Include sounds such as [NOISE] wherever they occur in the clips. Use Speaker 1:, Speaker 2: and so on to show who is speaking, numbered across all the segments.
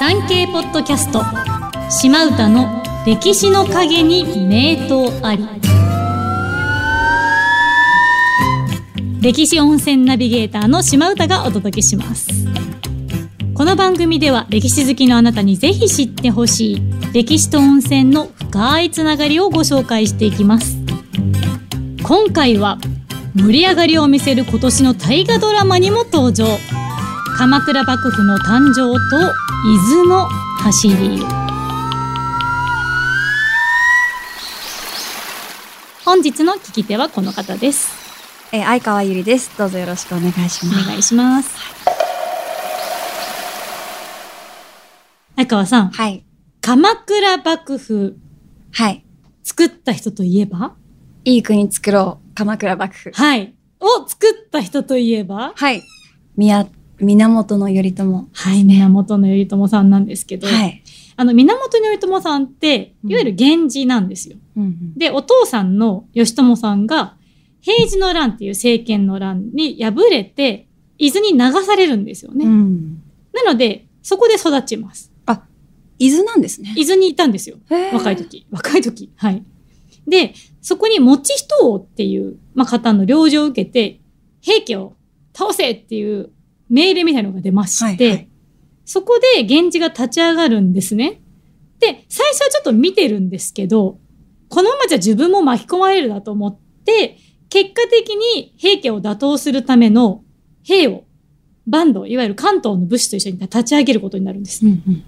Speaker 1: 産経ポッドキャスト島唄の歴史の陰に名刀あり歴史温泉ナビゲーターの島唄がお届けしますこの番組では歴史好きのあなたにぜひ知ってほしい歴史と温泉の深いつながりをご紹介していきます今回は盛り上がりを見せる今年の大河ドラマにも登場鎌倉幕府の誕生と伊豆の走り本日の聞き手はこの方です
Speaker 2: えー、相川ゆりです。どうぞよろしくお願いし
Speaker 1: お
Speaker 2: ます。
Speaker 1: 願いします相川さん
Speaker 2: はい。
Speaker 1: 鎌倉幕府
Speaker 2: はい。
Speaker 1: 作った人といえば
Speaker 2: いい国作ろう。鎌倉幕府。
Speaker 1: はいを作った人といえば
Speaker 2: はい。宮、源頼朝。は
Speaker 1: はい源頼朝さんなんですけど、
Speaker 2: い。
Speaker 1: あの源頼朝さんって
Speaker 2: うん
Speaker 1: いわゆる源氏なんですよ。
Speaker 2: うんうん。
Speaker 1: でお父さんの義朝さんが平治の乱っていう政権の乱に敗れて伊豆に流されるんですよね。
Speaker 2: うん。
Speaker 1: なのでそこで育ちます。
Speaker 2: 伊豆なんですね。
Speaker 1: 伊豆にいたんですよ若い。時若い時はい。でそこに持人王っていう、まあ、方の領事を受けて平家を倒せっていう命令みたいなのが出まして、
Speaker 2: はいはい
Speaker 1: そこで源氏が立ち上がるんですね。で最初はちょっと見てるんですけどこのままじゃ自分も巻き込まれるだと思って結果的に平家を打倒するための兵をバンドいわゆる関東の武士と一緒に立ち上げることになるんです。
Speaker 2: うんうん。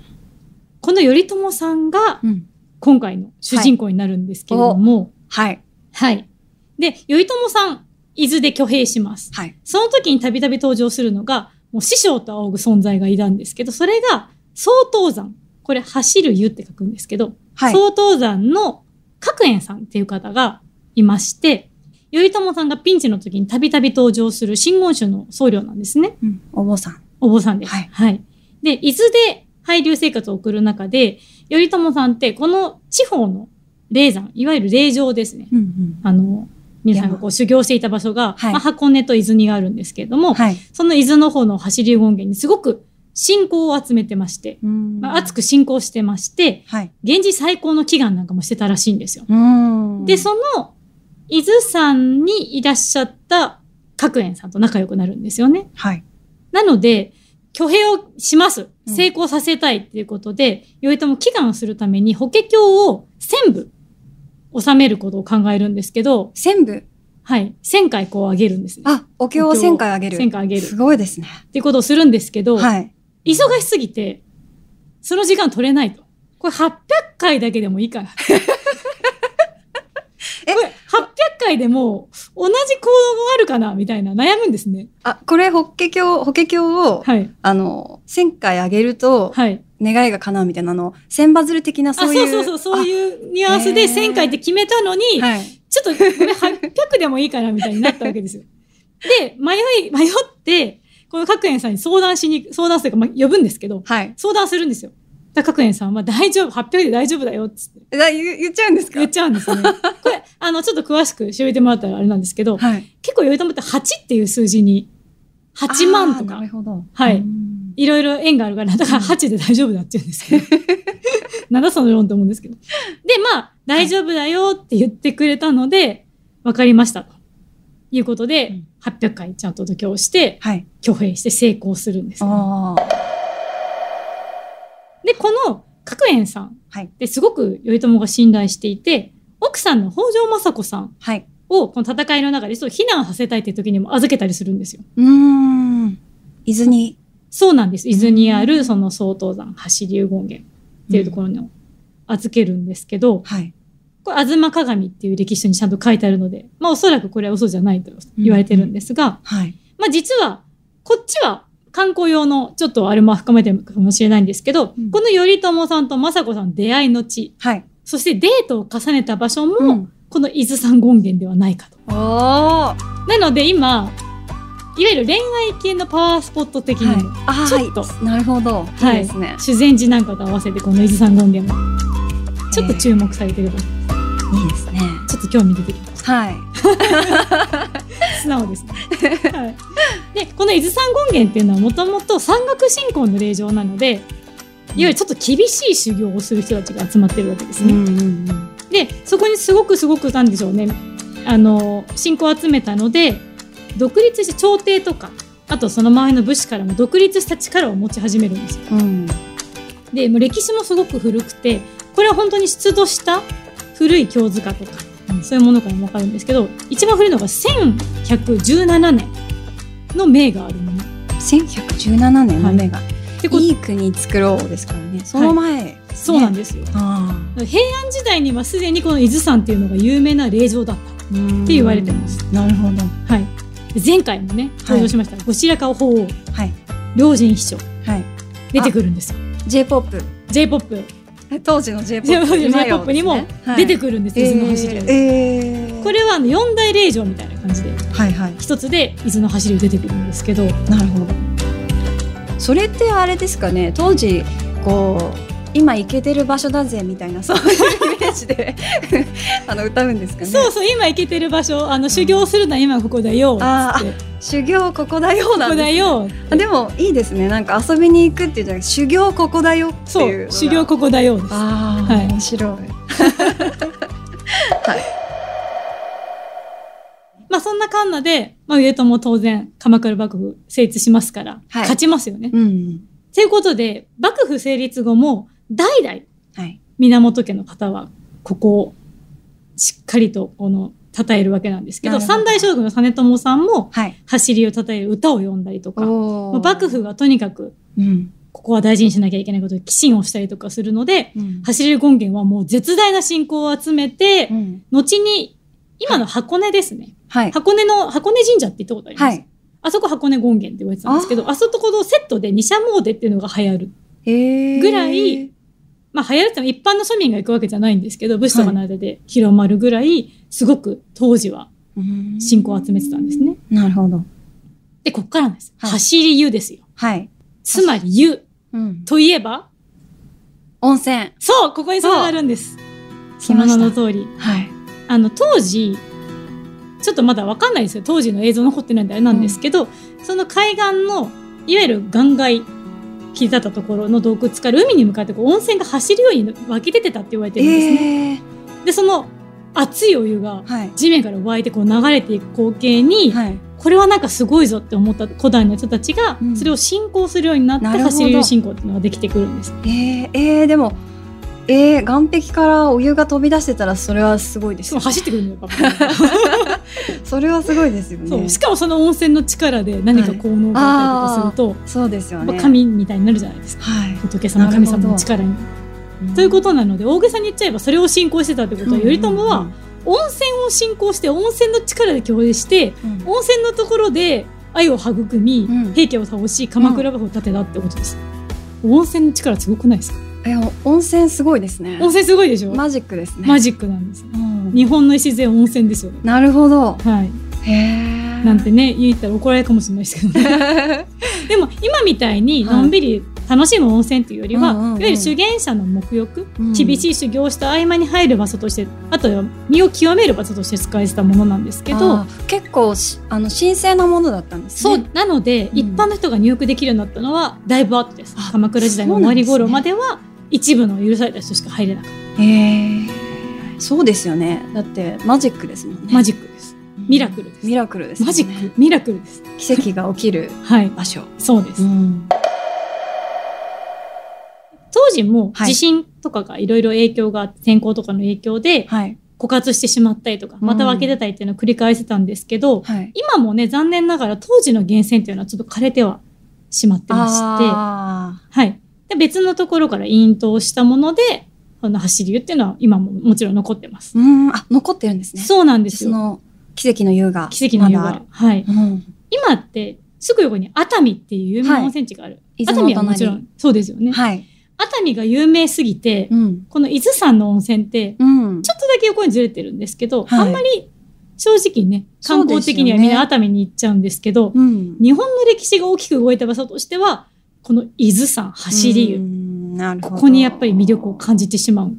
Speaker 1: この頼朝さんが
Speaker 2: うん。
Speaker 1: 今回の主人公になるんですけれども、
Speaker 2: はい。
Speaker 1: はい。で、頼朝さん、伊豆で挙兵します。
Speaker 2: はい。
Speaker 1: その時にたびたび登場するのが、もう師匠と仰ぐ存在がいたんですけど、それが、曹洞山。これ、走る湯って書くんですけど、
Speaker 2: はい。
Speaker 1: 曹洞山の角円さんっていう方がいまして、頼朝さんがピンチの時にたびたび登場する真言宗の僧侶なんですね。
Speaker 2: うん。お坊さん。
Speaker 1: お坊さんです。は
Speaker 2: はいい。
Speaker 1: で、伊豆で廃流生活を送る中で、頼朝さんって、この地方の霊山、いわゆる霊場ですね。
Speaker 2: うんうん。
Speaker 1: あの、皆さんがこう修行していた場所が、
Speaker 2: はい
Speaker 1: まあ、箱根と伊豆にがあるんですけれども、
Speaker 2: はい。
Speaker 1: その伊豆の方の走り権現にすごく信仰を集めてまして、
Speaker 2: うん
Speaker 1: まあ、熱く。信仰してまして、
Speaker 2: はい。
Speaker 1: 源氏最高の祈願なんかもしてたらしいんですよ。
Speaker 2: うん
Speaker 1: で、その、伊豆山にいらっしゃった角円さんと仲良くなるんですよね。
Speaker 2: はい。
Speaker 1: なので、挙兵をします。
Speaker 2: うん
Speaker 1: 成功させたいっていうことで、頼朝祈願するために法華経を1000部収めることを考えるんですけど、
Speaker 2: 千部。
Speaker 1: はい、1000回こう上げるんですね。
Speaker 2: あ、お経を千回あげる。
Speaker 1: 1000回上げる。
Speaker 2: す
Speaker 1: っ
Speaker 2: ごいですね。
Speaker 1: ていうことをするんですけど、
Speaker 2: はい。
Speaker 1: 忙しすぎて、その時間取れないと。これ800回だけでもい
Speaker 2: [LAUGHS]
Speaker 1: いから。
Speaker 2: え
Speaker 1: これ800回でも同じ行動があるかなみたいな悩むんですね。
Speaker 2: あ、これ、法華経、法華経を、
Speaker 1: はい。
Speaker 2: あの、千回あげると、
Speaker 1: はい。
Speaker 2: 願いが叶うみたいなあの、千バズル的な
Speaker 1: あ
Speaker 2: そうい。
Speaker 1: そううそうそう、そういうニュアンスで
Speaker 2: へー
Speaker 1: 1000回って決めたのに、
Speaker 2: あはい。
Speaker 1: ちょっとこれ800でもいいかなみたいになったわけですよ。で、迷い、迷って、この角園さんに相談しに、相談するか、まあ、呼ぶんですけど、
Speaker 2: はい。
Speaker 1: 相談するんですよ。だから角園さんは大丈夫、800で大丈夫だよっつって
Speaker 2: えだ言言っちゃうんですか
Speaker 1: 言っちゃうんですよね。これ、あの、ちょっと詳しく調べてもらったらあれなんですけど、
Speaker 2: はい。
Speaker 1: 結構頼朝って8っていう数字に、8万と
Speaker 2: あー
Speaker 1: か
Speaker 2: なる、ほど。
Speaker 1: はいう
Speaker 2: ーん。
Speaker 1: いろいろ縁があるから、だから8で大丈夫だって言うんです
Speaker 2: [LAUGHS]
Speaker 1: けど。なんだその論って思うんですけど。で、まあ、大丈夫だよって言ってくれたので、わかりましたと。いうこと
Speaker 2: う
Speaker 1: で
Speaker 2: ん、
Speaker 1: 800回ちゃんと度胸して、
Speaker 2: はい。
Speaker 1: 挙兵して成功するんですね、
Speaker 2: ああ。
Speaker 1: で、この、角園さん
Speaker 2: はい。
Speaker 1: ですごく頼朝が信頼していて、奥さんの北条政子さん
Speaker 2: はい。
Speaker 1: を、この戦いの中でちょっと避難させたいっていう時にも預けたりするんですよ。
Speaker 2: うーん。伊豆に。
Speaker 1: そうなんです。伊豆にある、その総東山、走流権現っていうところに預けるんですけど、
Speaker 2: はい。
Speaker 1: これ、吾妻鏡っていう歴史書にちゃんと書いてあるので、まあおそらくこれは嘘じゃないと言われてるんですが、
Speaker 2: はい。
Speaker 1: まあ実は、こっちは観光用の、ちょっとあれも含めてるかもしれないんですけど、
Speaker 2: うん
Speaker 1: この頼朝さんと政子さんの出会いの地、
Speaker 2: はい。
Speaker 1: そしてデートを重ねた場所も、
Speaker 2: うん。
Speaker 1: この伊豆山権現ではないかと。
Speaker 2: おお。は
Speaker 1: なので今、いわゆる恋愛系のパワースポット的
Speaker 2: い
Speaker 1: にも、。
Speaker 2: あ
Speaker 1: ちょっと
Speaker 2: はい。なるほど。
Speaker 1: はい
Speaker 2: いいですね。
Speaker 1: 修善寺なんかと合わせてこの伊豆山権現も、ちょっと注目されてるか
Speaker 2: いいですね。
Speaker 1: ちょっと興味出てきました。
Speaker 2: はい。
Speaker 1: 素直ですね。はい、でこの伊豆山権現っていうのはもともと山岳信仰の霊場なのでいわゆるちょっと厳しい修行をする人たちが集まってるわけです
Speaker 2: うん
Speaker 1: ね。
Speaker 2: うんうん
Speaker 1: でそこにすごくすごくなんでしょうねあの信仰を集めたので独立して朝廷とかあとその周りの武士からも独立した力を持ち始めるんですよ。
Speaker 2: うん
Speaker 1: でもう歴史もすごく古くてこれは本当に出土した古い京塚とか
Speaker 2: うん
Speaker 1: そういうものからも分かるんですけど一番古いのが1117年の銘があるもの。
Speaker 2: 1117年の目が、
Speaker 1: でこう
Speaker 2: いい国作ろうですからねその前、
Speaker 1: そうなんですよ。
Speaker 2: あ
Speaker 1: 平安時代にはすでにこの伊豆山っていうのが有名な霊場だった。
Speaker 2: あって
Speaker 1: 言われてます
Speaker 2: なるほど
Speaker 1: はい、で前回もね登場しました、後白河法皇
Speaker 2: はい
Speaker 1: 両人秘書
Speaker 2: はい
Speaker 1: 出てくるんですよ
Speaker 2: j p o p
Speaker 1: j p o p
Speaker 2: 当時の j p o p
Speaker 1: j p o p にも出て
Speaker 2: く
Speaker 1: くるんです、
Speaker 2: え
Speaker 1: 伊豆の走り
Speaker 2: ー、えー
Speaker 1: これはあの四大霊場みたいな感じで
Speaker 2: はいはい
Speaker 1: 一つで伊豆の走り出てくるんですけど
Speaker 2: なるほどそれってあれですかね当時こう今行けてる場所だぜみたいなそういうイメージで [LAUGHS] あの歌うんですかね
Speaker 1: そうそう今行けてる場所あの修行するのは今ここだよ
Speaker 2: あ
Speaker 1: つって
Speaker 2: 修行ここだよ
Speaker 1: こ
Speaker 2: な
Speaker 1: こ
Speaker 2: ん
Speaker 1: だ
Speaker 2: で
Speaker 1: よ
Speaker 2: すでもいいですねなんか遊びに行くっていうじゃなくて修行ここだよって
Speaker 1: そ
Speaker 2: いうの
Speaker 1: う
Speaker 2: が
Speaker 1: 修行ここだよです
Speaker 2: ああ、
Speaker 1: はい
Speaker 2: 面白い
Speaker 1: まあそんなかんなで、まあ、上とも当然鎌倉幕府成立しますから、
Speaker 2: はい
Speaker 1: 勝ちますよね。
Speaker 2: うんうん
Speaker 1: ということで幕府成立後も代々
Speaker 2: はい
Speaker 1: 源家の方はここをしっかりとこの称えるわけなんですけど
Speaker 2: なるほど
Speaker 1: 三大将軍の実朝さんも
Speaker 2: はい
Speaker 1: 走りを称える歌を詠んだりとか
Speaker 2: お
Speaker 1: まあ
Speaker 2: ー
Speaker 1: 幕府がとにかく
Speaker 2: うん
Speaker 1: ここは大事にしなきゃいけないことで寄進をしたりとかするので
Speaker 2: うん
Speaker 1: 走り権現はもう絶大な信仰を集めて
Speaker 2: うん
Speaker 1: 後に今の箱根ですね
Speaker 2: はい
Speaker 1: 箱根の箱根神社って行ったことあります、
Speaker 2: はい
Speaker 1: あそこ箱根権現って言われてたんですけどあそこのセットで二社詣っていうのが流行るぐ
Speaker 2: ぐ
Speaker 1: らいまあ流行るっても一般の庶民が行くわけじゃないんですけど武士とかの間で広まるぐらいすごく当時は信仰を集めてたんですね。
Speaker 2: なるほど
Speaker 1: でこっからなんです。
Speaker 2: はい
Speaker 1: 走り湯ですよ。
Speaker 2: はい、
Speaker 1: つまり湯
Speaker 2: うん、
Speaker 1: といえば
Speaker 2: 温泉
Speaker 1: そうここにつながるんです。
Speaker 2: そう
Speaker 1: その名の通り。
Speaker 2: はい
Speaker 1: あの当時ちょっとまだわかんないですよ当時の映像残ってないんであれなんですけど、その海岸のいわゆる岩崖切り立ったところの洞窟から海に向かってこう温泉が走るように湧き出てたって言われてるんですね。
Speaker 2: ええ
Speaker 1: でその熱いお湯が
Speaker 2: はい
Speaker 1: 地面から湧いてこう流れていく光景に、
Speaker 2: はい
Speaker 1: これはなんかすごいぞって思った古代の人たちが
Speaker 2: うん
Speaker 1: それを信仰するようになって
Speaker 2: なるほど
Speaker 1: 走り流信仰っていうのができてくるんです。
Speaker 2: えー、えー、でもえー、岸壁からお湯が飛び出してたら [LAUGHS] それはすごいです
Speaker 1: しかも
Speaker 2: よね、
Speaker 1: 走ってくるのよパパ
Speaker 2: それはすごいですよね
Speaker 1: そ
Speaker 2: そう
Speaker 1: うしかもその温泉の力で何か効能があったりとかすると、
Speaker 2: ですよ
Speaker 1: ま
Speaker 2: ね
Speaker 1: あ神みたいになるじゃないですか
Speaker 2: は
Speaker 1: 仏様
Speaker 2: なる
Speaker 1: 神
Speaker 2: ほど
Speaker 1: 様の力に。
Speaker 2: い
Speaker 1: ということなので大げさに言っちゃえばそれを信仰してたってことは頼朝
Speaker 2: う
Speaker 1: は
Speaker 2: ん
Speaker 1: 温泉を信仰して温泉の力で共栄して
Speaker 2: うんうん
Speaker 1: 温泉のところで愛を育み、
Speaker 2: うん
Speaker 1: 平家を倒し鎌倉幕府を建てたってことです、温泉の力すごくないですか
Speaker 2: え温泉すごいですね
Speaker 1: 温泉すごいでしょ、
Speaker 2: マジックですね
Speaker 1: マジックなんです
Speaker 2: うん
Speaker 1: 日本の礎は温泉ですよね
Speaker 2: なるほど
Speaker 1: はい、
Speaker 2: へえ
Speaker 1: なんてね言ったら怒られるかもしれないですけどねでも今みたいにのんびり楽しむ温泉というよりは、
Speaker 2: うんうんうん
Speaker 1: いわゆる修験者の沐浴、
Speaker 2: うん
Speaker 1: 厳しい修行をした合間に入る場所としてあとは身を清める場所として使えてたものなんですけど
Speaker 2: あー結構しあの神聖なものだったんです
Speaker 1: そ
Speaker 2: ね
Speaker 1: う、なので、
Speaker 2: うん
Speaker 1: 一般の人が入浴できるようになったのはだいぶ後です
Speaker 2: あ
Speaker 1: 鎌倉時代の終わり頃までは一部の許された人しか入れなかっ
Speaker 2: へえそうですよねだってマジックですもん
Speaker 1: た
Speaker 2: ね
Speaker 1: マジックですミラクルです
Speaker 2: ミラクルです、ね、
Speaker 1: マジックミラクルです
Speaker 2: 奇跡が起きる
Speaker 1: はい
Speaker 2: 場所、
Speaker 1: そうです、
Speaker 2: ん、
Speaker 1: 当時も
Speaker 2: はい
Speaker 1: 地震とかがいろいろ影響があって天候とかの影響で
Speaker 2: はい
Speaker 1: 枯渇してしまったりとか
Speaker 2: うん
Speaker 1: また湧き出たりっていうのを繰り返してたんですけど、
Speaker 2: はい
Speaker 1: 今もね残念ながら当時の源泉っていうのはちょっと枯れてはしまってまして
Speaker 2: あ
Speaker 1: はい。で、別のところから引用したもので、この走り湯っていうのは今ももちろん残ってます。
Speaker 2: ーうんあ残ってるんですね
Speaker 1: そうなんですよ。
Speaker 2: その奇跡の湯が
Speaker 1: 奇跡の湯
Speaker 2: まだあ
Speaker 1: が。はい。
Speaker 2: るうん、
Speaker 1: 今って、すぐ横に熱海っていう有名な温泉地がある。
Speaker 2: 伊
Speaker 1: 熱
Speaker 2: 豆の
Speaker 1: 海はもちろ
Speaker 2: 隣
Speaker 1: ん、そうですよね。
Speaker 2: はい
Speaker 1: 熱海が有名すぎて、
Speaker 2: うん
Speaker 1: この伊豆山の温泉って、
Speaker 2: うん
Speaker 1: ちょっとだけ横にずれてるんですけど、
Speaker 2: はい
Speaker 1: あんまり正直ね、観光的には
Speaker 2: そうですよね
Speaker 1: みんな熱海に行っちゃうんですけど、
Speaker 2: うん
Speaker 1: 日本の歴史が大きく動いた場所としては、この伊豆山走り
Speaker 2: う
Speaker 1: 湯。
Speaker 2: んなるほ
Speaker 1: こ
Speaker 2: ど
Speaker 1: こにやっぱり魅力を感じてしまう。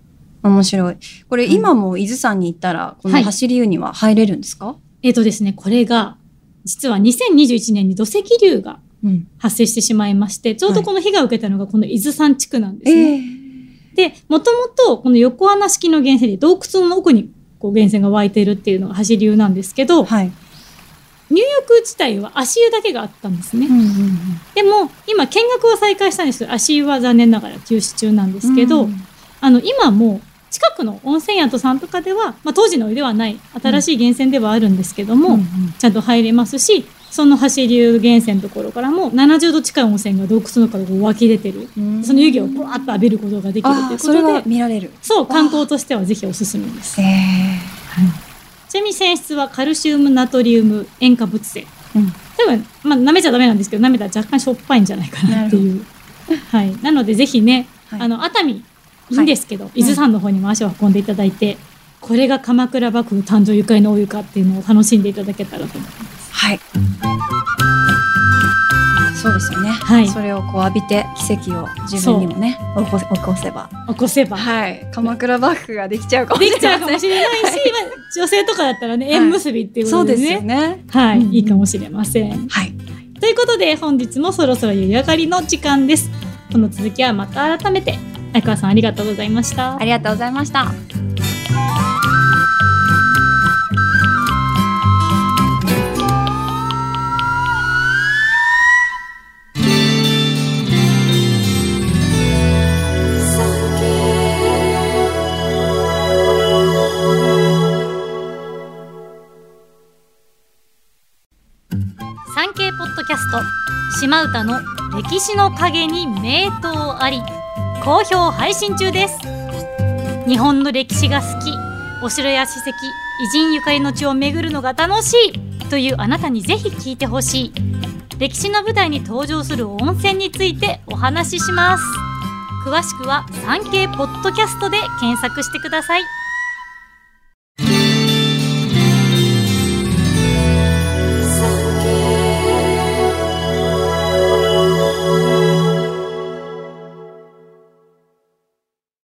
Speaker 2: 面白いこれ、
Speaker 1: はい
Speaker 2: 今も伊豆山に行ったらこ
Speaker 1: は
Speaker 2: の
Speaker 1: い
Speaker 2: 走り湯には入れるんですか、
Speaker 1: えっ、とですね、これが、実は2021年に土石流が
Speaker 2: うん
Speaker 1: 発生してしまいまして、ちょうどこの被害を受けたのがこの伊豆山地区なんですね。
Speaker 2: ええ
Speaker 1: で、もともとこの横穴式の源泉で洞窟の奥にこう源泉が湧いているっていうのが走流なんですけど、
Speaker 2: はい。
Speaker 1: 入浴自体は足湯だけがあったんですね。
Speaker 2: んうん
Speaker 1: でも、今見学は再開したんですけど、足湯は残念ながら休止中なんで
Speaker 2: です
Speaker 1: けど、あの、今もう近くの温泉宿さんとかでは、まあ当時のお湯ではない新しい源泉ではあるんですけども、ちゃんと入れますし、その走流源泉のところからも70度近い温泉が洞窟の中から湧き出てる。その湯気をブワーッと浴びることができるとい
Speaker 2: あ
Speaker 1: う
Speaker 2: あ、それ
Speaker 1: こと
Speaker 2: は
Speaker 1: で、
Speaker 2: 見られる。
Speaker 1: そう、観光としてはぜひおすすめです。
Speaker 2: ええ
Speaker 1: ちなみに泉質はカルシウム、ナトリウム、塩化物性。
Speaker 2: うん
Speaker 1: 多分、まあ、舐めちゃダメなんですけど、舐めたら若干しょっぱいんじゃないかなっていう。はい。なので、ぜひね、
Speaker 2: はい
Speaker 1: あの、熱海、いいんですけど、伊豆山の方にも足を運んでいただいて、これが鎌倉幕府誕生ゆかりのお湯かっていうのを楽しんでいただけたらと思います。
Speaker 2: はい。そうですよね。
Speaker 1: はい
Speaker 2: それをこう浴びて奇跡を自分にもね起こせ起こせば、
Speaker 1: 起こせば。
Speaker 2: はい。鎌倉幕府ができちゃうかもし
Speaker 1: で
Speaker 2: れ
Speaker 1: きちゃうかも
Speaker 2: ませ
Speaker 1: しれないし、まあ女性とかだったらね、縁結びってい
Speaker 2: ん。
Speaker 1: うこ
Speaker 2: そう
Speaker 1: とで
Speaker 2: です
Speaker 1: ね。
Speaker 2: よね。
Speaker 1: はい、
Speaker 2: うん
Speaker 1: いいかもしれません。
Speaker 2: はい。
Speaker 1: ということで本日もそろそろ夕上がりの時間ですこの続きはまた改めて相川さんありがとうございました
Speaker 2: ありがとうございました。
Speaker 1: 産経ポッドキャスト島唄の歴史の陰に名刀あり好評配信中です日本の歴史が好きお城や史跡偉人ゆかりの地を巡るのが楽しいというあなたにぜひ聞いてほしい歴史の舞台に登場する温泉についてお話しします詳しくは産経ポッドキャストで検索してください